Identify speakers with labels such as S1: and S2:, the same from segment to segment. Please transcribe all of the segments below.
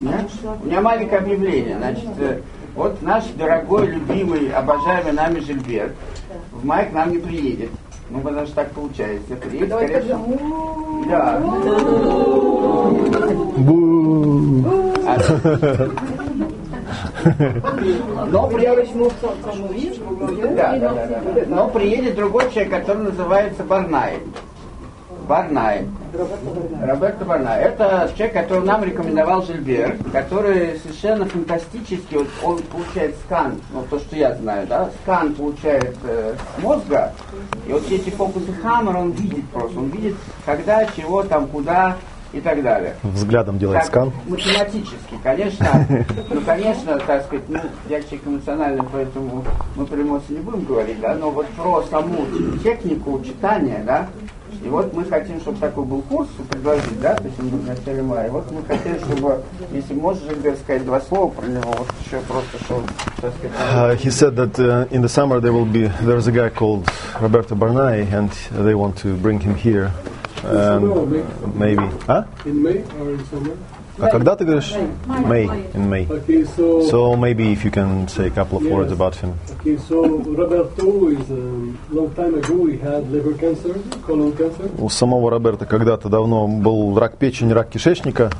S1: Да? У меня маленькое объявление. Значит, э, вот наш дорогой, любимый, обожаемый нами Жильберт в мае к нам не приедет. Ну, потому что так получается. Приедет, скорее всего. Да. А- Но приедет, да, да, да, да. Но приедет другой человек, который называется Барнай. Барнай. Роберто Барнай. Это человек, который нам рекомендовал Жильбер, который совершенно фантастически, вот он получает скан, ну то, что я знаю, да, скан получает э, мозга, и вот эти фокусы Хаммера он видит просто, он видит, когда, чего, там, куда и так далее.
S2: Взглядом делает
S1: Так,
S2: скан.
S1: Математически, конечно. Ну, конечно, так сказать, ну, я человек эмоциональный, поэтому мы про эмоции не будем говорить, да, но вот про саму технику читания, да, и вот мы хотим, чтобы такой был курс, предложить, да, то есть он был в начале мая. Вот мы хотели, чтобы, если можешь, Жильбер, сказать два слова про него, вот еще просто, чтобы, так сказать,
S2: Uh, he said that uh, in the summer there will be there's a guy called Roberto Barnai, and they want to bring him here. And, uh, maybe. А?
S3: In May or in summer?
S2: А когда ты говоришь? May. In May.
S3: Okay, so,
S2: So maybe if you can say a couple of words
S3: Yes.
S2: about him.
S3: okay, so Roberto is um, long time ago he had liver cancer, colon cancer,
S2: У самого Роберта когда-то давно был рак печени, рак кишечника,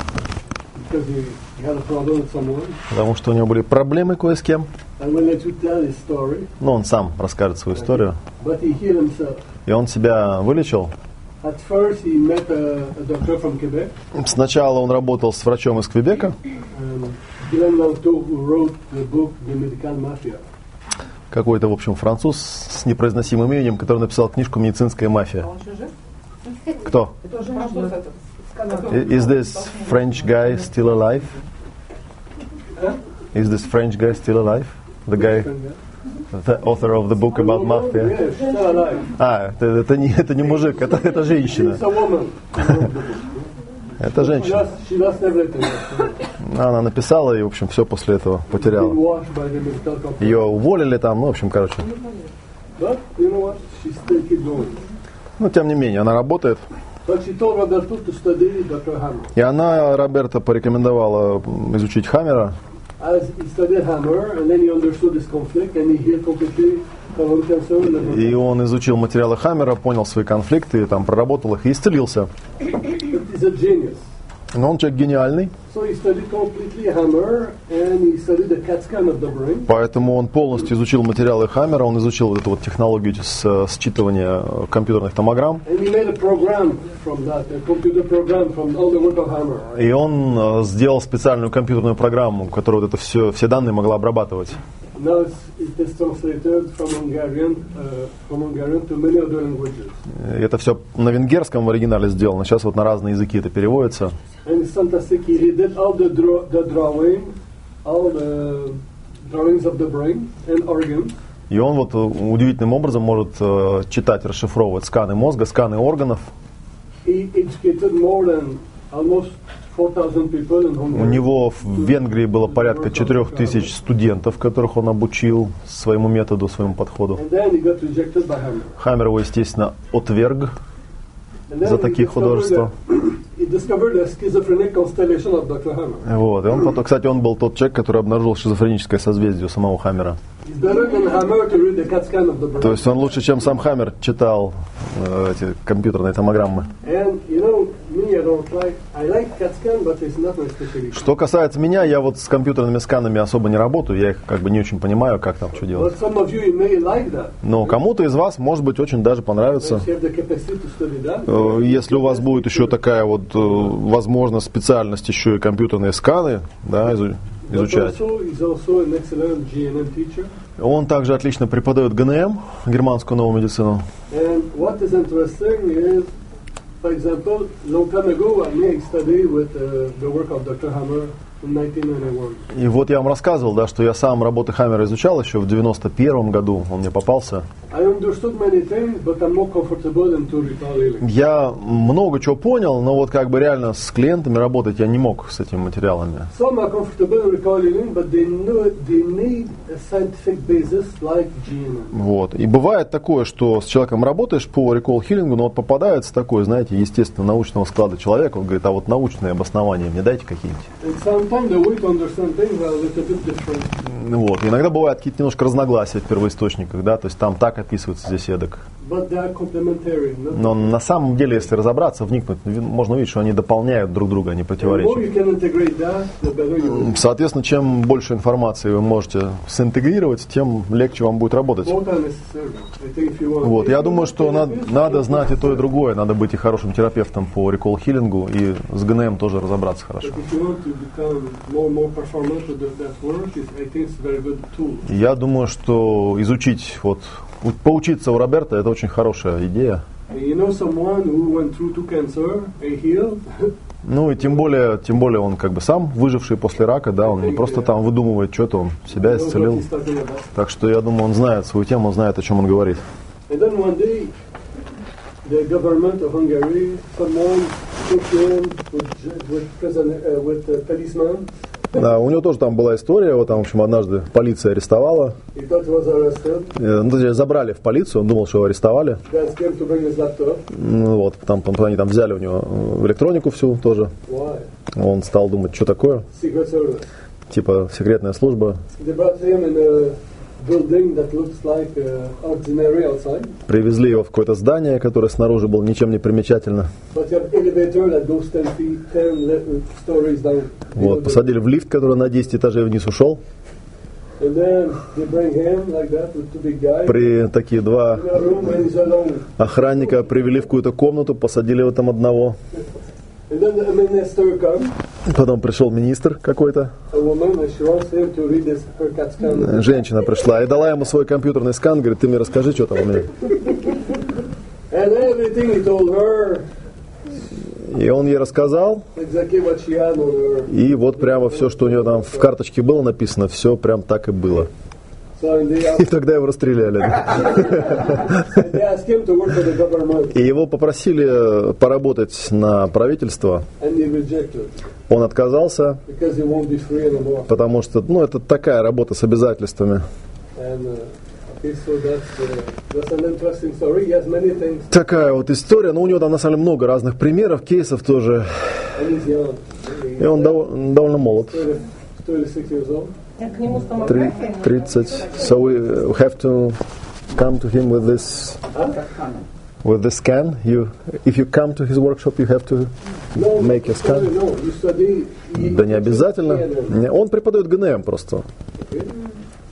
S3: because he, he had a problem with someone.
S2: потому что у него были проблемы кое с кем.
S3: I will let you tell his story,
S2: Но он сам расскажет свою историю.
S3: but he healed himself.
S2: И он себя вылечил.
S3: At first, he met a, a doctor from Quebec,
S2: Сначала он работал с врачом из Квебека.
S3: um, Dylan Langto, who wrote the book The Medical Mafia.
S2: Какой-то, в общем, француз с непроизносимым именем, который написал книжку «Медицинская мафия». Кто? I- Is this French guy still alive? Is this French guy still alive? The guy, the author of the book about mafia.
S3: Yes, still alive.
S2: А, это, это не, это не мужик, это, это женщина.
S3: It's a woman.
S2: Это
S3: She
S2: женщина.
S3: lost, she lost everything.
S2: Она написала и, в общем, все после этого
S3: Been
S2: потеряла.
S3: washed by the medical company.
S2: Ее уволили там, ну, в общем, короче.
S3: But you know what? She still keep going.
S2: Но, Ну, тем не менее, она работает.
S3: But she told Roberto to study Dr. Hammer.
S2: И она Роберта порекомендовала м, изучить Хаммера.
S3: As he studied Hammer, and then he understood this conflict, and he healed completely colon cancer. liver
S2: И он изучил материалы Хаммера, понял свои конфликты, там, проработал их и исцелился.
S3: cancer. But he's a genius.
S2: Но он человек гениальный,
S3: So he studied completely Hammer, and he studied the CAT scan of the brain.
S2: поэтому он полностью изучил материалы Хаммера, он изучил вот эту вот технологию с, э, считывания э, компьютерных томограмм.
S3: And he made a program from that, a computer program from all the work of Hammer.
S2: И он э, сделал специальную компьютерную программу, которая вот это все, все данные могла обрабатывать.
S3: Now it's, it is translated from Hungarian, uh, from Hungarian to many other languages.
S2: И это все на венгерском в оригинале сделано, сейчас вот на разные языки это переводится.
S3: And it's fantastic. He did all the, draw, the drawing, all the drawings of the brain and organs.
S2: И он вот э, удивительным образом может э, читать, расшифровывать сканы мозга, сканы органов.
S3: He educated more than almost 4,000 people in
S2: У
S3: Hungary.
S2: него в Венгрии было порядка 4000 студентов, которых он обучил своему методу, своему подходу.
S3: And then he got rejected by Hammer.
S2: Хаммер его, естественно, отверг
S3: And then
S2: за
S3: he
S2: такие
S3: discovered
S2: художества.
S3: the- He discovered the schizophrenic constellation of Dr. Hammer.
S2: Вот. И он потом, кстати, он был тот человек, который обнаружил шизофреническое созвездие у самого Хаммера.
S3: It's better than Hammer to read the CAT scan of the brain.
S2: То есть он лучше, чем сам Хаммер, читал э, эти компьютерные томограммы.
S3: And you know, me, I don't like, I like CAT scan, but it's not my specialty.
S2: Что касается меня, я вот с компьютерными сканами особо не работаю, я их как бы не очень понимаю, как там что делать.
S3: But some of you, you may like that.
S2: Но кому-то из вас, может быть, очень даже понравится.
S3: If you have the capacity to study that.
S2: Э, Если у вас будет еще такая вот э, возможность, специальность еще и компьютерные сканы, да, изу-
S3: But
S2: изучать.
S3: also, he's also an excellent GNM teacher.
S2: Он также отлично преподает ГНМ, германскую новую медицину.
S3: And what is interesting is, for example, long time ago I made a study with uh, the work of Dr. Hammer in 1991.
S2: И вот я вам рассказывал, да, что я сам работы Хаммера изучал еще в 91 году, он мне попался.
S3: I understood many things, but I'm more comfortable in to recall healing.
S2: Я много чего понял, но вот как бы реально с клиентами работать я не мог с этими материалами.
S3: Some are comfortable in recall healing, but they know they need a scientific basis like GNM.
S2: Вот. И бывает такое, что с человеком работаешь по рекол хиллингу, но вот попадается такой, знаете, естественно, научного склада человек, он говорит, а вот научные обоснования мне дайте какие-нибудь.
S3: And some Sometimes the way to understand things are a little bit different.
S2: Вот. Иногда бывают какие-то немножко разногласия в первоисточниках, да, то есть там так описывается, здесь эдак.
S3: But they are complementary. not-
S2: Но на самом деле, если разобраться, вникнуть, ви- можно увидеть, что они дополняют друг друга, они
S3: The more
S2: противоречат.
S3: you can integrate that, the better
S2: Mm.
S3: you will.
S2: Соответственно, чем больше информации вы можете синтегрировать, тем легче вам будет работать.
S3: Both are necessary. I think if you want
S2: Вот, я думаю, что надо, надо знать и то, и другое. Надо быть и хорошим терапевтом по рекол хиллингу и с ГНМ тоже разобраться хорошо.
S3: But if you want to become more and more performant to do that work, it's, I think it's a very good tool.
S2: Я думаю, что изучить, вот, у- поучиться у Роберта, это очень хорошая идея.
S3: And you know someone who went through two cancer and healed?
S2: Ну и тем более, тем более он как бы сам выживший после рака, да, он не просто там выдумывает что-то, он себя
S3: knows what
S2: исцелил.
S3: he's talking about.
S2: Так что я думаю, он знает свою тему, он знает, о чем он говорит.
S3: And then one day, the government of Hungary, someone took him with, ju- with, prison, uh, with a policeman.
S2: Да, у него тоже там была история, его там, в общем, однажды полиция арестовала,
S3: He thought he was arrested.
S2: Э, ну, точнее, забрали в полицию, он думал, что его арестовали,
S3: They asked him to bring his laptop.
S2: Ну, вот, там, там, они там взяли у него э, электронику всю тоже,
S3: Why?
S2: он стал думать, что такое,
S3: Secret Service.
S2: типа секретная служба,
S3: They brought him in a building that looks like uh, ordinary outside,
S2: привезли его в какое-то здание, которое снаружи было ничем не примечательно,
S3: but you have elevator that goes 10 feet, 10 le- uh, stories down.
S2: вот, посадили в лифт, который на 10 этажей вниз ушел,
S3: And then they bring him like that with two big guys.
S2: при такие два
S3: in a room when he's alone.
S2: охранника привели в какую-то комнату, посадили в этом одного,
S3: And then the minister comes,
S2: потом пришел министр какой-то,
S3: a woman, and she wants him to read his, her cat scan.
S2: Э, женщина пришла и дала ему свой компьютерный скан, говорит, ты мне расскажи, что там у меня.
S3: And everything he told her,
S2: И он ей рассказал,
S3: exactly what she had on her.
S2: и вот прямо все, что у нее там в карточке было написано, все прям так и было.
S3: So and they,
S2: И
S3: asked,
S2: тогда его расстреляли.
S3: they asked him to work for the government,
S2: И его попросили э, поработать на правительство.
S3: and he rejected
S2: Он отказался,
S3: because he won't be free anymore.
S2: потому что, ну, это такая работа с обязательствами.
S3: And uh, okay, so that's uh, that's an interesting story. He has many things,
S2: Такая вот история, но у него там на самом деле много разных примеров, кейсов тоже.
S3: and he's young.
S2: И он дов- довольно молод.
S3: 30 36 years old.
S4: К нему
S2: Три-
S4: стомография.
S2: 30. So we uh, have to come to him with this with the scan. You, if you come to his workshop, you have to.
S3: No,
S2: Make a
S3: no,
S2: scan.
S3: no, you study. he-
S2: Да не обязательно.
S3: Yeah,
S2: Не, Он преподает ГНМ просто.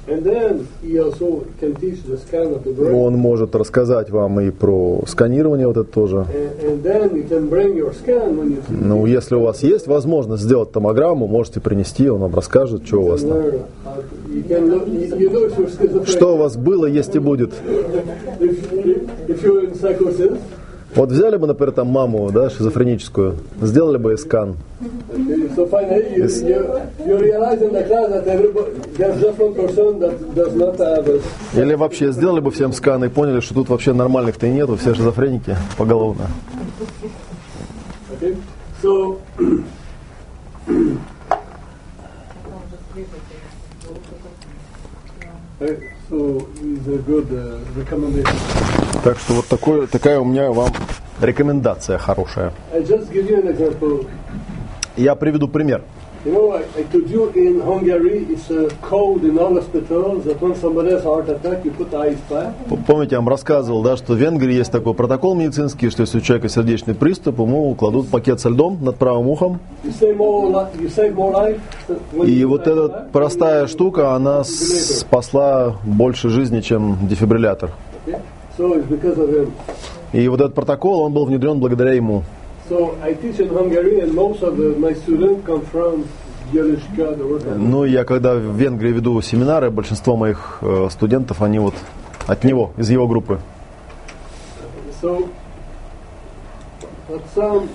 S3: And then he also can teach the scan of the brain.
S2: Он может рассказать вам и про сканирование вот это тоже.
S3: And, and then you can bring your scan when you see
S2: Ну, если у вас есть возможность сделать томограмму, можете принести, он вам расскажет, что у вас там.
S3: where uh, you can look, you, you know if you're schizophrenic.
S2: Что у вас было, есть и будет.
S3: If, if you're in psychosis,
S2: Вот взяли бы, например, там маму, да, шизофреническую, сделали бы и скан.
S3: okay, so finally you, you, you realize in the class that everybody, there's just one person that does not have a,
S2: Или вообще сделали бы всем скан и поняли, что тут вообще нормальных-то и нету, все шизофреники поголовно.
S3: okay? So, Uh, so it's a good uh, recommendation.
S2: Так что вот такое, такая у меня вам рекомендация хорошая.
S3: I'll just give you an example.
S2: Я приведу пример.
S3: You know, I, I told you in Hungary it's a code in all hospitals that when somebody has a heart attack, you put the ice pack.
S2: П- Помните, я вам рассказывал, да, что в Венгрии есть такой протокол медицинский, что если у человека сердечный приступ, ему кладут пакет со льдом над правым ухом,
S3: You save more, li- you save more life. when
S2: И
S3: you
S2: вот
S3: put ice
S2: эта
S3: pack.
S2: простая штука, она с- спасла больше жизни, чем дефибриллятор.
S3: Okay. So it's because of him.
S2: И вот этот протокол, он был внедрен благодаря ему.
S3: So I teach in Hungary, and most of the, my students come from Bielishka, the work of
S2: Ну, и я когда в Венгрии веду семинары, большинство моих э, студентов, они вот от него, из его группы.
S3: So, but some